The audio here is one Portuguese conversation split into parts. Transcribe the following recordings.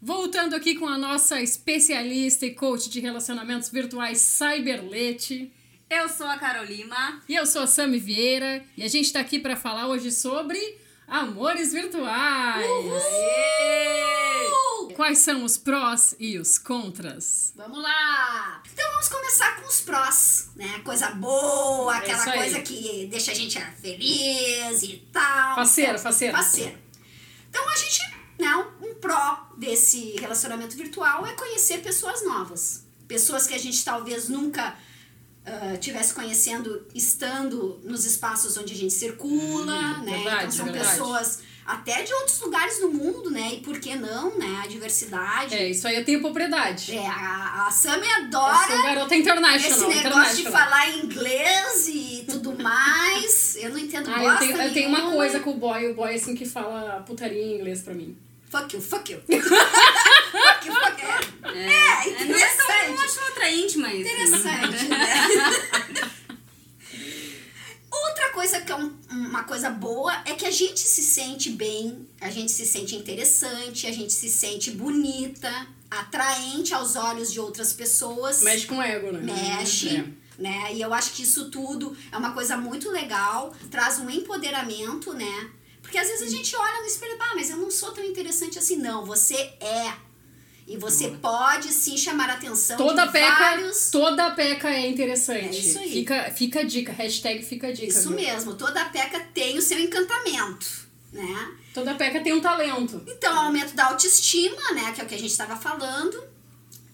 Voltando aqui com a nossa especialista e coach de relacionamentos virtuais, Cyberlete. Eu sou a Carolina. E eu sou a Sami Vieira. E a gente está aqui para falar hoje sobre amores virtuais. Uhul! Quais são os prós e os contras? Vamos lá! Então vamos começar com os prós, né? Coisa boa, aquela É isso aí. coisa que deixa a gente feliz e tal. Parceiro, Então, parceiro. Parceiro. Então a gente, né, um um pró desse relacionamento virtual é conhecer pessoas novas. Pessoas que a gente talvez nunca ah, tivesse conhecendo estando nos espaços onde a gente circula, né? Hum, verdade, então são verdade. pessoas até de outros lugares do mundo, né? E por que não, né? A diversidade. É, isso aí eu tenho propriedade. É, a, a Sammy Eu sou um adora garota esse internacional. negócio de falar inglês e tudo mais. Eu não entendo Ah, bosta eu tenho, eu tenho uma nenhuma. coisa com o boy, o boy assim que fala putaria em inglês pra mim. Fuck you, fuck you. fuck you, fuck you. É, É, não é tão- eu interessante. acho atraente, mas. Interessante, né? Outra coisa que é um- uma coisa boa é que a gente se sente bem, a gente se sente interessante, a gente se sente bonita, atraente aos olhos de outras pessoas. Mexe com o ego, né? mexe, É. né? E eu acho que isso tudo é uma coisa muito legal, traz um empoderamento, né? Porque às vezes a gente olha no espelho, ah, mas eu não sou tão interessante assim, não. Você é. E você pode sim chamar a atenção Toda de peca, Então, vários. toda peca é interessante. É isso aí. Fica, fica a dica, hashtag fica a dica. Isso viu? mesmo, toda peca tem o seu encantamento, né? Toda peca tem um talento. Então, aumento da autoestima, né? Que é o que a gente estava falando.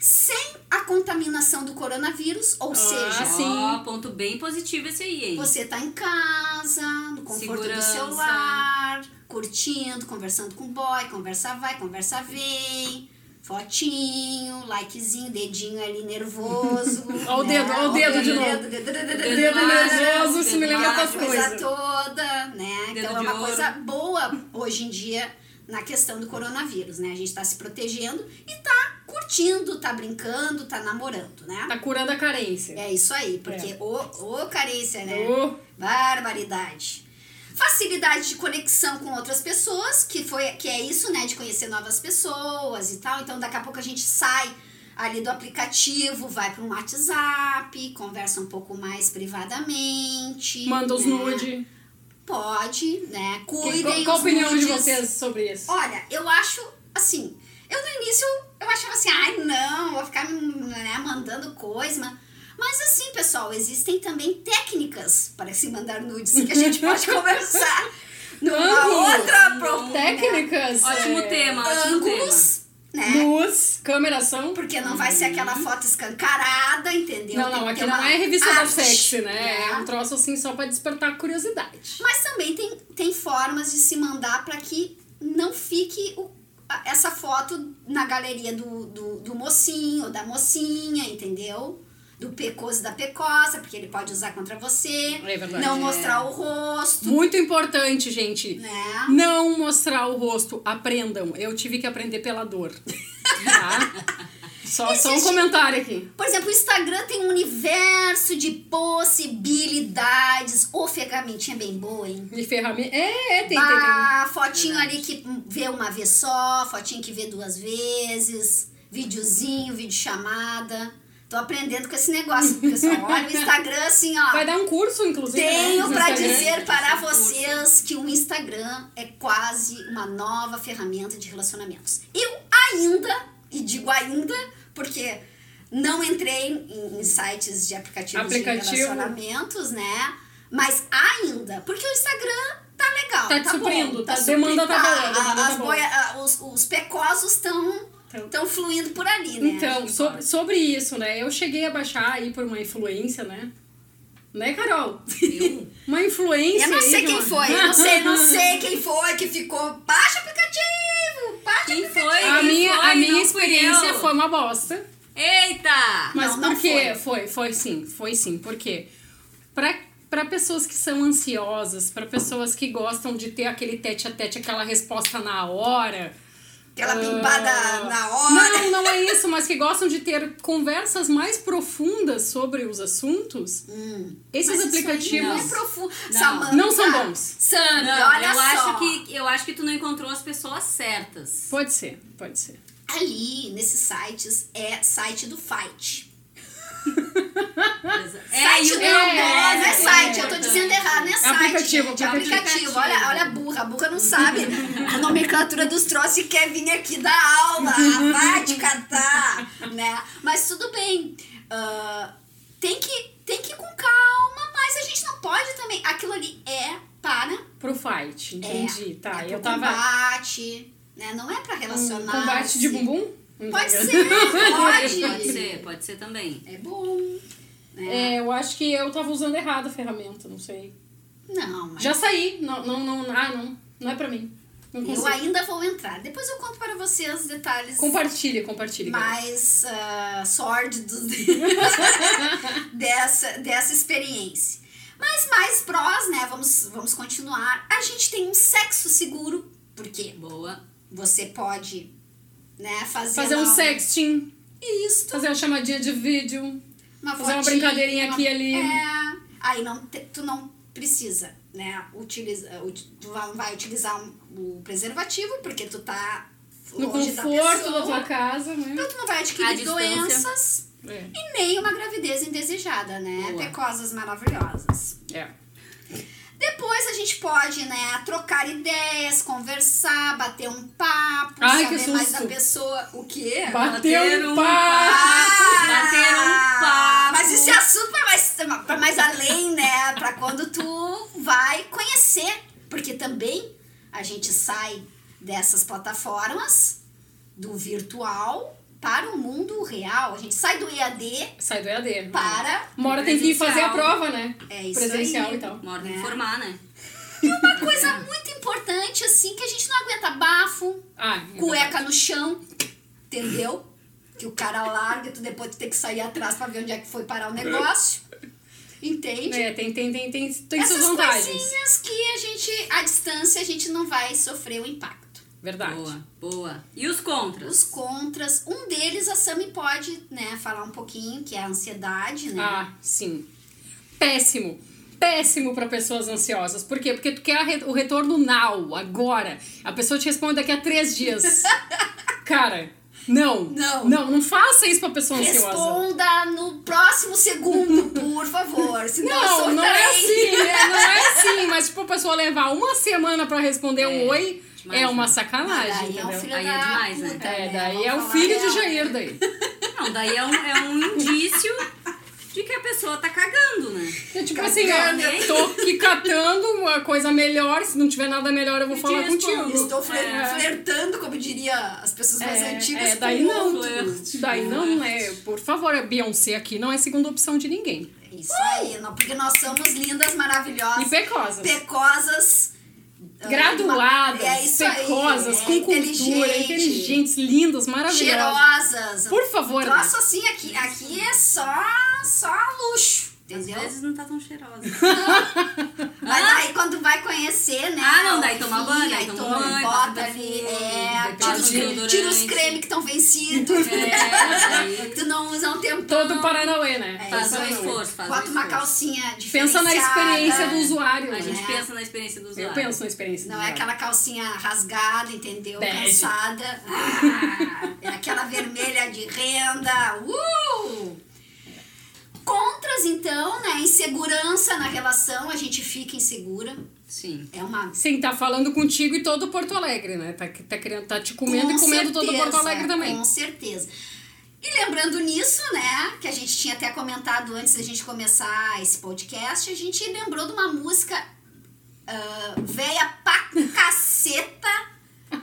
Sem a contaminação do coronavírus, Ah, ou seja, sim. Ó, ponto bem positivo esse aí, hein? Ah, Você tá em casa, no conforto Segurança. do seu lar, curtindo, conversando com o boy, conversa vai, conversa vem, fotinho, likezinho, dedinho ali nervoso. Ó o né? dedo, ó o dedo de novo. dedo, dedo, dedo, Dedo dedo, dedo, nervoso, isso me dedo lembra Ah, das coisa coisas. toda, né? Dedo então é de uma ouro. coisa boa hoje em dia na questão do coronavírus, né? A gente tá se protegendo e tá curtindo, tá brincando, tá namorando, né? Tá curando a carência. É isso aí, porque ô ô carência, né? Ô, Barbaridade. Facilidade de conexão com outras pessoas, que foi que é isso, né? De conhecer novas pessoas e tal. Então, daqui a pouco a gente sai ali do aplicativo, vai para um WhatsApp, conversa um pouco mais privadamente. manda os né? nude. Pode, né? Quem- Cuidem qual qual a os opinião de nudes. vocês sobre isso? Olha, eu acho assim. Eu no início eu achava assim, ai não, vou ficar né, mandando coisa. ma- Mas assim, pessoal, existem também técnicas para se mandar nudes que a gente pode conversar numa Ângulos. outra pro- né, Técnicas. Ótimo é, tema, ótimo ângulos, né? Luz, câmera são. Porque não vai ser aquela foto escancarada, entendeu? Não, Tem não, que aqui ter não uma é revista da arte, sexy, né? É um troço assim só pra despertar a curiosidade. Mas também tem, tem formas de se mandar para que não fique o- a- essa foto na galeria do, do, do mocinho, da mocinha, entendeu? Do pecoso da pecosa, porque ele pode usar contra você. É verdade. não É. mostrar o rosto, Muito importante, gente. né? Não mostrar o rosto, aprendam. Eu tive que aprender pela dor. Tá? Só, só um Existe- comentário aqui. Por exemplo, o Instagram tem um universo de possibilidades. Ô, ferramentinha é bem boa, hein? De ferramenta. É, é, tem, tem, tem. Ah, fotinho ali que vê uma vez só, fotinho que vê duas vezes, videozinho, vídeo chamada. Tô aprendendo com esse negócio, pessoal. Olha o Instagram assim, Vai ó. dar um curso, inclusive. né, Tenho no pra Instagram. dizer para vocês que o Instagram é quase uma nova ferramenta de relacionamentos. Eu ainda, e digo ainda, porque não entrei em, em sites de aplicativos Aplicativo. de relacionamentos, né? Mas ainda, porque o Instagram tá legal, Tá tá, te suprindo, bom, tá- demanda tá suprindo, Ah, valendo, demanda as tá bom. boia- a- os, os pecosos estão Tão. tão fluindo por ali, né? Então, sobre, sobre isso, né? Eu cheguei a baixar aí por uma influência, né? Né, Carol? Eu? Uma influência. Eu não aí sei de quem uma- foi, eu não sei, não sei quem foi que ficou. Baixa o aplicativo, baixa o Quem aplicativo. foi? A Quem minha, foi? a minha Não fui experiência eu. foi uma bosta. Eita! Mas Não, não por quê? Foi. foi, sim, foi sim. Por quê? Pra, pra pessoas que são ansiosas, pra pessoas que gostam de ter aquele tete a tete, aquela resposta na hora. Aquela pimbada na hora. Ah. Não, não é isso, mas que gostam de ter conversas mais profundas sobre os assuntos, esses Hum. Mas isso aí aplicativos. Não é profundo. Não. Samantha, Não são bons. Sammy, Não, olha eu só. acho que eu acho que tu não encontrou as pessoas certas. Pode ser, pode ser. ali, nesses sites, é site do fight. É, e Ah, site o do é, namoro, é, não é é site, eu tô importante. dizendo errado, não é, É site. aplicativo, gente, é aplicativo. aplicativo. Olha, olha a burra, a burra não sabe a nomenclatura dos troços e quer vir aqui dar aula. Vai te catar, né? Mas tudo bem. Ah, tem, que, tem que ir com calma, mas a gente não pode também. Aquilo ali é para Pro fight, entendi. tá, é pro eu tava. combate, né? Não é pra Um relacionar. assim. combate de bumbum? Pode ser, pode. Pode ser, pode ser também. É bom. Né? É, eu acho que eu tava usando errado a ferramenta, não sei. Não, mas Já saí. Não, não, não. Ah, não. Não é pra mim. Não eu consigo. ainda vou entrar. Depois eu conto para vocês os detalhes Compartilha, compartilha. mais ah, sórdidos dessa, dessa experiência. Mas mais prós, né? Vamos, vamos continuar. A gente tem um sexo seguro, porque Boa. você pode né, fazer, Fazer lá um sexting, Isso. fazer uma chamadinha de vídeo. uma Fazer uma fotinho, brincadeirinha aqui e ali. É, aí não te- tu não precisa, né? Utiliza, ut- tu vai- vai utilizar um- o preservativo, porque tu tá No longe da conforto pessoa. da tua casa, né? Então tu não vai À adquirir distância. doenças É. e nem uma gravidez indesejada, né? Boa. Pecosas maravilhosas. é. Depois a gente pode, né, trocar ideias, conversar, bater um papo, Ai, saber que mais da susto. pessoa. O quê? Bateu Bater um um par. par. bater um papo. Ah, Mas esse assunto é mais, pra mais além, né? Pra quando tu vai conhecer. Porque também a gente sai dessas plataformas do virtual para o mundo real. A gente sai do EAD Sai do EAD. para né? Uma hora tem que ir fazer a Presencial. prova, né? É isso Presencial então. aí. e tal. Uma hora tem Né? que formar, né? uma coisa muito importante, assim, que a gente não aguenta bafo, Ah, cueca no chão, entendeu? Que o cara larga e tu depois tu tem que sair atrás pra ver onde é que foi parar o negócio. Entende? É, tem, tem, tem, tem, tem Essas suas vantagens. coisinhas que a gente, à distância, a gente não vai sofrer o impacto. Verdade. Boa, boa. E os contras? Os contras, um deles a Sami pode, né, falar um pouquinho, que é a ansiedade, né? Ah, sim. Péssimo. Péssimo para pessoas ansiosas. Por quê? Porque tu quer a re- o retorno now, agora. A pessoa te responde daqui a três dias. Cara, não. Não. Não, não faça isso pra pessoa ansiosa. Responda no próximo segundo, por favor. Senão eu Não, sou não é trem. assim, né? Não é assim. Mas, tipo, a pessoa levar uma semana pra responder um É, oi é imagina. uma Mas sacanagem, Ah, daí é um entendeu? filho Aí da é demais, né? puta, É, né? daí Vamos é o falar filho de real. Jair daí. Não, daí é um, é um indício de que a pessoa tá cagando, né? É tipo assim, Catando, ó, hein? tô aqui catando uma coisa melhor, se não tiver nada melhor eu vou Eu te falar respondo. contigo. Estou fler- É. flertando, como diria as pessoas mais É, antigas. é, daí com o não, outro. flerte. Daí não né? é, por favor, a Beyoncé aqui não é segunda opção de ninguém. Isso aí, não, porque nós somos lindas, maravilhosas. E pecosas. pecosas ah, Graduadas, é isso aí, pecosas, é com cultura, inteligente, inteligentes, lindas, maravilhosas. cheirosas. Por favor, né? Nossa, assim, aqui, aqui é só, só luxo, Às entendeu? vezes não tá tão cheirosa. Mas aí quando vai conhecer, né? Ah, não, daí toma enfim, banho, aí daí toma banho, passa bota ali, perfume, é, tira os, depois passa cre- desodorante. tira os cremes que estão vencidos, né? É, que tu não usa há um tempo. todo o Paranauê, né? É, Todo faz isso um aí. Paranauê. esforço, faz um Bota uma esforço. calcinha Pensa na experiência diferenciada. do usuário, A né? gente né? pensa na experiência do usuário. Eu penso na experiência Não do é usuário. aquela calcinha rasgada, entendeu? Bad. Cansada. Ah, é aquela vermelha de renda. Uh! Contras, então, né? Insegurança na relação, a gente fica insegura. Sim. É uma. Sim, tá falando contigo e todo Porto Alegre, né? Tá, tá, querendo, tá te comendo e Com comendo todo certeza, Porto Alegre também. Com certeza. E lembrando nisso, né? Que a gente tinha até comentado antes da gente começar esse podcast, a gente lembrou de uma música ah, velha pra caceta,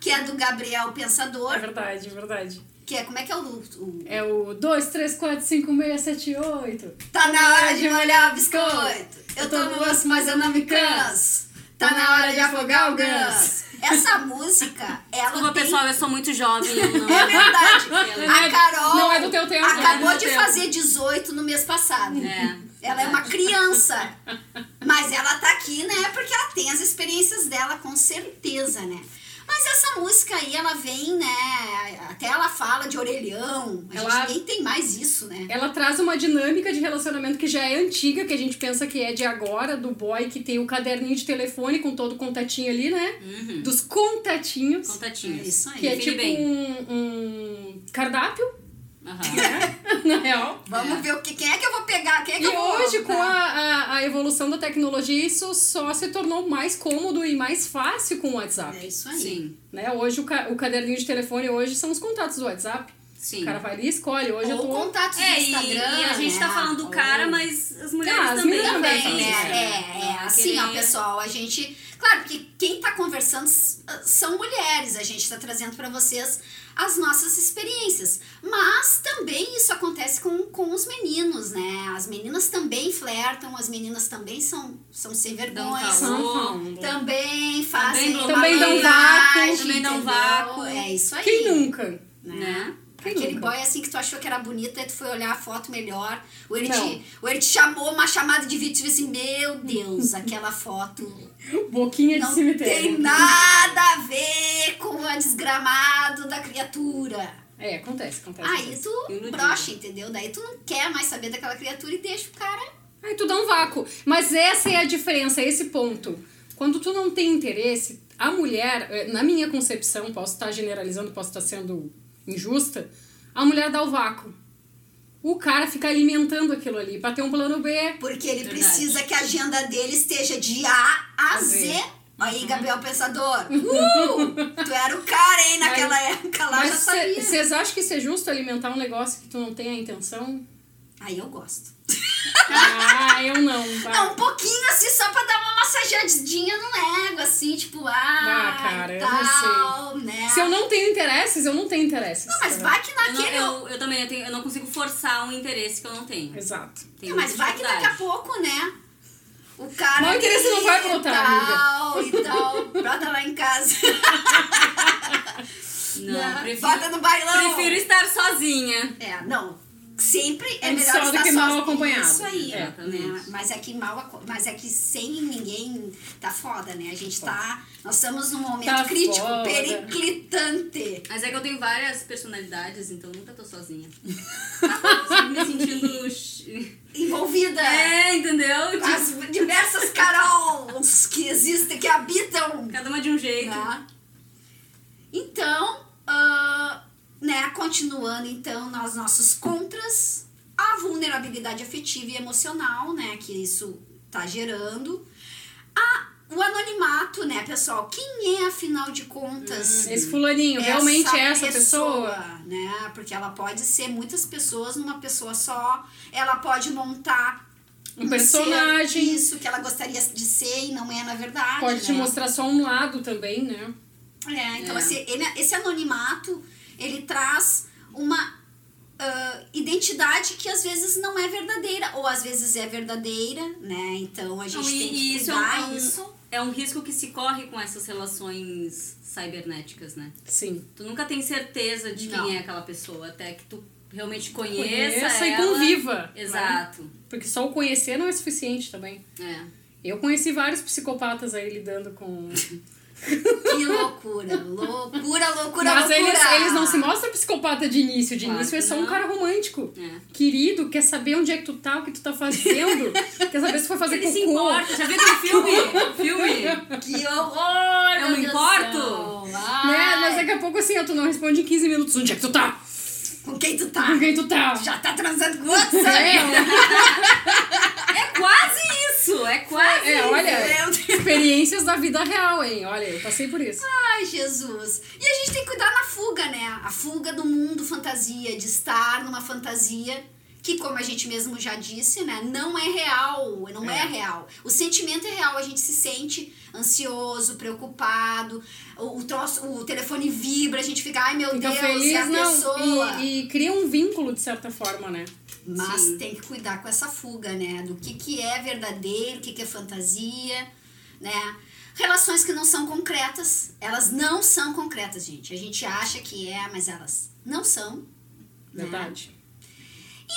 que é do Gabriel Pensador. É verdade, é verdade. Que é, como é que é o, o- É o 2, 3, 4, 5, 6, 7, 8. Tá na hora de molhar o biscoito. Eu tomo osso, mas eu não me canso. Tá na hora de afogar o ganso. Essa música, ela Desculpa, tem... pessoal, eu sou muito jovem. Eu não... É verdade. Não é A do- Carol não é do teu tempo, não é do acabou meu de tempo. fazer 18 no mês passado. É. Ela é uma criança. Mas ela tá aqui, né? Porque ela tem as experiências dela, com certeza, né? Mas essa música aí, ela vem, né? Até ela fala de orelhão. A Ela- gente nem tem mais isso, né? Ela traz uma dinâmica de relacionamento que já é antiga, que a gente pensa que é de agora, do boy que tem o caderninho de telefone com todo o contatinho ali, né? Hum. Uhum. Dos contatinhos. Contatinhos. Isso aí. Que é Define tipo bem. um, um cardápio, Aham. na real. Vamos ver o que, quem é que eu vou pegar, quem é que E eu vou... hoje, com a, a, a evolução da tecnologia, isso só se tornou mais cômodo e mais fácil com o É WhatsApp. isso aí. Sim, Né? Hoje, o, ca- o caderninho de telefone hoje são os contatos do WhatsApp. sim. O cara vai ali e escolhe. Hoje eu Ou tô... contatos no É, e, Instagram, e a gente tá né? falando do Ou- cara, mas as mulheres Ah, as também. meninas né? também, Também, né? É, é, assim, ó, Aquele- pessoal, a gente... Claro, porque quem tá conversando s- são mulheres, a gente tá trazendo pra vocês as nossas experiências. Mas também isso acontece com, com os meninos, né? As meninas também flertam, as meninas também são, são sem Dão vergonha, são um calor. então, Também fazem dão Também dão malandragem, vácuo. Também dão entendeu? vácuo. É isso aí. Quem nunca? Né? Quem Aquele nunca? boy assim que tu achou que era bonito, aí tu foi olhar a foto melhor. Ou ele, Não. te, ou ele te chamou uma chamada de vídeo e disse assim: Meu Deus, aquela foto Boquinha de não cemitério. tem nada a ver com o desgramado da criatura. É, acontece, acontece. Aí acontece. tu Iludido. brocha, entendeu? Daí tu não quer mais saber daquela criatura e deixa o cara. Aí tu dá um vácuo. Mas essa é a diferença, esse ponto. Quando tu não tem interesse, a mulher, eh, na minha concepção, posso estar generalizando, posso estar sendo injusta, a mulher dá o vácuo. O cara fica alimentando aquilo ali pra ter um plano B. Porque ele Verdade. precisa que a agenda dele esteja de A a A Z. Z. Aí, Gabriel Pensador, uh, tu era o cara, hein, naquela época lá, já Mas sabia. vocês acham que isso é justo alimentar um negócio que tu não tem a intenção? Aí eu gosto. Ah, eu não. vai. Não, um pouquinho assim, só pra dar uma massageadinha no ego, assim, tipo, ah, Ah, cara, e eu tal, né? Se eu não tenho interesses, eu não tenho interesses. Não, mas vai que Eu, não, naquele. eu, eu também eu, tenho, eu não consigo forçar um interesse que eu não tenho. Exato. Tenho Não, mas vai que daqui a dificuldade. pouco, né? O cara. Não, o interesse não vai ali voltar, E tal, e tal. Brota lá em casa. Não, né? prefiro, Bota no bailão. prefiro estar sozinha. É, não. Sempre é Antes melhor só do estar que mal sozinho. acompanhado. Isso aí, É, né? exatamente. Mas é que mal, aco- mas é que sem ninguém tá foda, né? A gente tá, nós estamos num momento Tá crítico, foda. periclitante. Mas é que eu tenho várias personalidades, então nunca tô sozinha. Sempre me sentindo. ch- envolvida. É, entendeu? Tipo, As diversas Carols que existem, que habitam. Cada uma de um jeito. né? Então, ah, né, continuando então nos nossos contras, a vulnerabilidade afetiva e emocional, né, que isso tá gerando. A, o anonimato, né, pessoal? Quem é, afinal de contas? Esse fulaninho, Hum, realmente é essa pessoa? né? Porque ela pode ser muitas pessoas numa pessoa só. Ela pode montar Um ser, personagem. isso que ela gostaria de ser e não é na verdade. Pode Ah, te né? mostrar só um lado também, né? É, então É. Esse, ele- esse anonimato ele traz uma ah, identidade que às vezes não é verdadeira ou às vezes é verdadeira, né? Então a gente Não, e- tem e que isso é cuidar um- isso. É um risco que se corre com essas relações cibernéticas, né? Sim. Tu nunca tem certeza de quem Não. é aquela pessoa, até que tu realmente conheça, Conheça e ela. conviva. né? Exato. Porque só o conhecer não é suficiente também. É. Eu conheci vários psicopatas aí lidando com. Que loucura, loucura, loucura, Mas loucura. eles, eles não se mostram psicopata de início. De Claro início é que só um não. cara romântico. é. Querido, quer saber onde é que tu tá, o que tu tá fazendo? quer saber se foi fazer Ele se cocô? né? importa, já viu aquele filme? filme? Que horror! Eu meu me Deus importo? do céu. Né? Mas Ai, daqui a pouco assim, ó, tu não responde em 15 minutos. Onde é que tu tá? Com quem tu tá? Com quem tu tá? Já tá transando com outro, sabe? É, É quase isso! É quase é, olha, Meu Deus. experiências da vida real, hein? Olha, eu passei por isso. Ai, Jesus. E a gente tem que cuidar na fuga, né? A fuga do mundo fantasia, de estar numa fantasia que, como a gente mesmo já disse, né, não é real, não é, É. real. O sentimento é real, a gente se sente ansioso, preocupado, o, o troço- o telefone vibra, a gente fica, ai meu Fica Deus, é a feliz, pessoa. não. E, e cria um vínculo, de certa forma, né? Mas Sim. tem que cuidar com essa fuga, né? Do que, que é verdadeiro, o que, que é fantasia, né? Relações que não são concretas, elas não são concretas, gente. A gente acha que é, mas elas não são. né? Verdade.